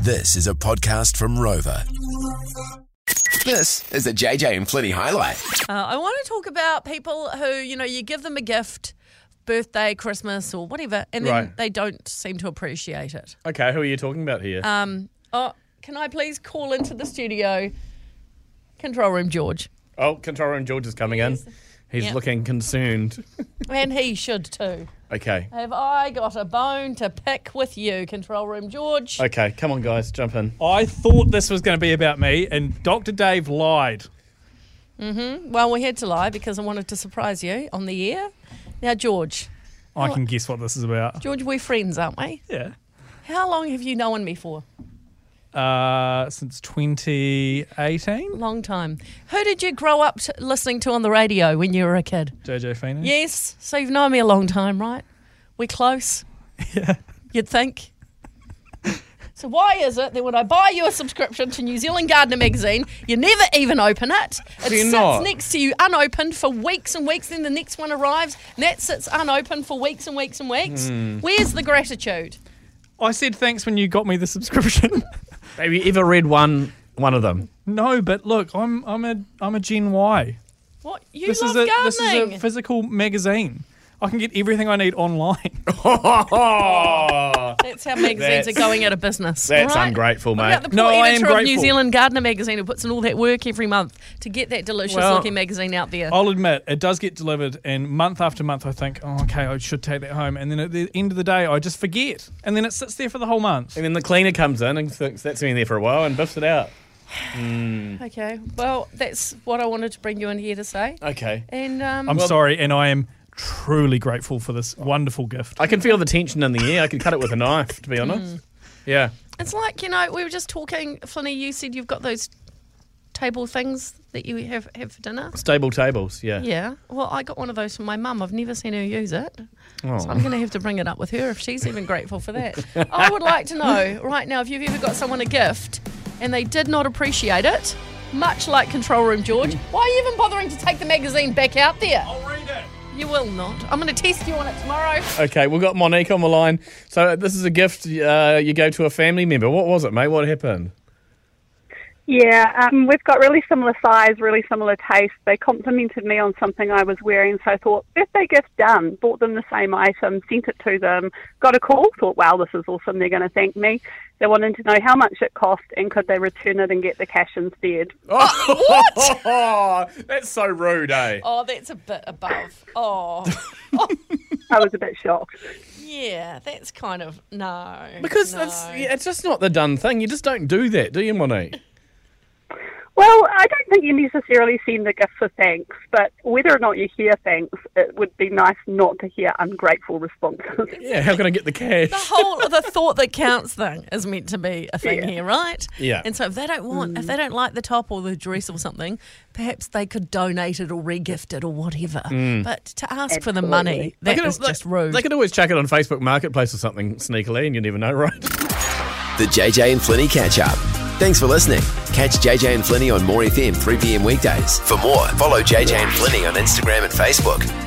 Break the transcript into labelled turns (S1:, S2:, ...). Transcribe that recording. S1: This is a podcast from Rover.
S2: This is a JJ and Flinny highlight.
S3: Uh, I want to talk about people who, you know, you give them a gift, birthday, Christmas, or whatever, and then
S4: Right.
S3: they don't seem to appreciate it.
S4: Okay, who are you talking about here?
S3: Um, oh, can I please call into the studio? Control room George.
S4: oh, Control Room George is coming in. He's
S3: Yep.
S4: looking concerned.
S3: And he should too.
S4: Okay.
S3: Have I got a bone to pick with you, Control Room George?
S4: Okay, come on, guys, jump in.
S5: I thought this was going to be about me, and Dr. Dave lied.
S3: Well, we had to lie because I wanted to surprise you on the air. Now, George,
S5: I can guess what this is about.
S3: George, we're friends, aren't we?
S5: Yeah.
S3: How long have you known me for?
S5: Uh, since 2018,
S3: Long time. Who did you grow up t- listening to on the radio when you were a kid?
S5: JJ Phoenix.
S3: Yes, so you've known me a long time, right? We're close. Yeah. You'd think. So why is it that when I buy you a subscription to New Zealand Gardener magazine, you never even open it? It
S4: you
S3: sits
S4: not?
S3: next to you unopened for weeks and weeks, then the next one arrives, and that sits unopened for weeks and weeks and weeks. Where's the gratitude?
S5: I said thanks when you got me the subscription.
S4: Have you ever read one one of them?
S5: no, but look, I'm I'm a I'm a Gen Y.
S3: What you
S5: This
S3: love
S5: is a
S3: gardening.
S5: this is a physical magazine. I can get everything I need online.
S4: Oh,
S3: That's how magazines
S4: That's-
S3: are going out of business.
S4: that's
S3: all right?
S4: ungrateful,
S3: What
S4: mate.
S3: about the poor
S5: No, I am
S3: editor of New
S5: grateful.
S3: Zealand Gardener magazine who puts in all that work every month to get that delicious
S5: Well,
S3: looking magazine out there?
S5: I'll admit it does get delivered, and month after month, I think, oh, okay, I should take that home, and then at the end of the day, I just forget, and then it sits there for the whole month.
S4: and then the cleaner comes in and thinks that's been there for a while and biffs it out.
S3: Okay, well, that's what I wanted to bring you in here to say.
S4: Okay.
S3: And um,
S5: I'm sorry, and I am truly grateful for this wonderful gift.
S4: I can feel the tension in the air. I could cut it with a knife, to be
S3: Mm.
S4: honest. Yeah.
S3: it's like, you know, we were just talking, Flinny, you said you've got those table things that you have, have for dinner.
S4: Stable tables, yeah.
S3: Yeah, well, I got one of those from my mum. I've never seen her use it. So
S4: Oh.
S3: I'm going to have to bring it up with her if she's even grateful for that. I would like to know right now if you've ever got someone a gift and they did not appreciate it, much like Control Room George. Why are you even bothering to take the magazine back out there?
S5: I'll read it.
S3: You will not. I'm going to test you on it tomorrow.
S4: Okay, we've got Monique on the line. So this is a gift uh, you go to a family member. What was it, mate? What happened?
S6: Yeah, um, we've got really similar size, really similar taste. They complimented me on something I was wearing, so I thought, birthday gift done. Bought them the same item, sent it to them, got a call, thought, wow, this is awesome, they're going to thank me. They wanted to know how much it cost and could they return it and get the cash instead.
S4: Oh, that's so rude, eh?
S3: Oh, that's a bit above. Oh,
S6: I was a bit shocked.
S3: yeah, that's kind of no.
S4: Because
S3: no.
S4: it's, yeah, it's just not the done thing. You just don't do that, do you, Monique?
S6: Well, I don't think you necessarily send a gift for thanks, but whether or not you hear thanks, it would be nice not to hear ungrateful responses.
S4: Yeah, how can I get the cash?
S3: the whole the thought that counts thing is meant to be a thing
S6: Yeah.
S3: here, right?
S4: Yeah.
S3: And so if they don't want, if they don't like the top or the dress or something, perhaps they could donate it or regift it or whatever. But to ask for the money,
S4: They
S3: that
S4: Mm. could-
S3: is
S4: they-
S3: just rude.
S4: They could always chuck it on Facebook Marketplace or something sneakily, and you never know, right?
S2: The JJ and Flinny catch up. Thanks for listening. Catch JJ and Flinny on More FM 3 p.m. weekdays. For more, follow JJ and Flinny on Instagram and Facebook.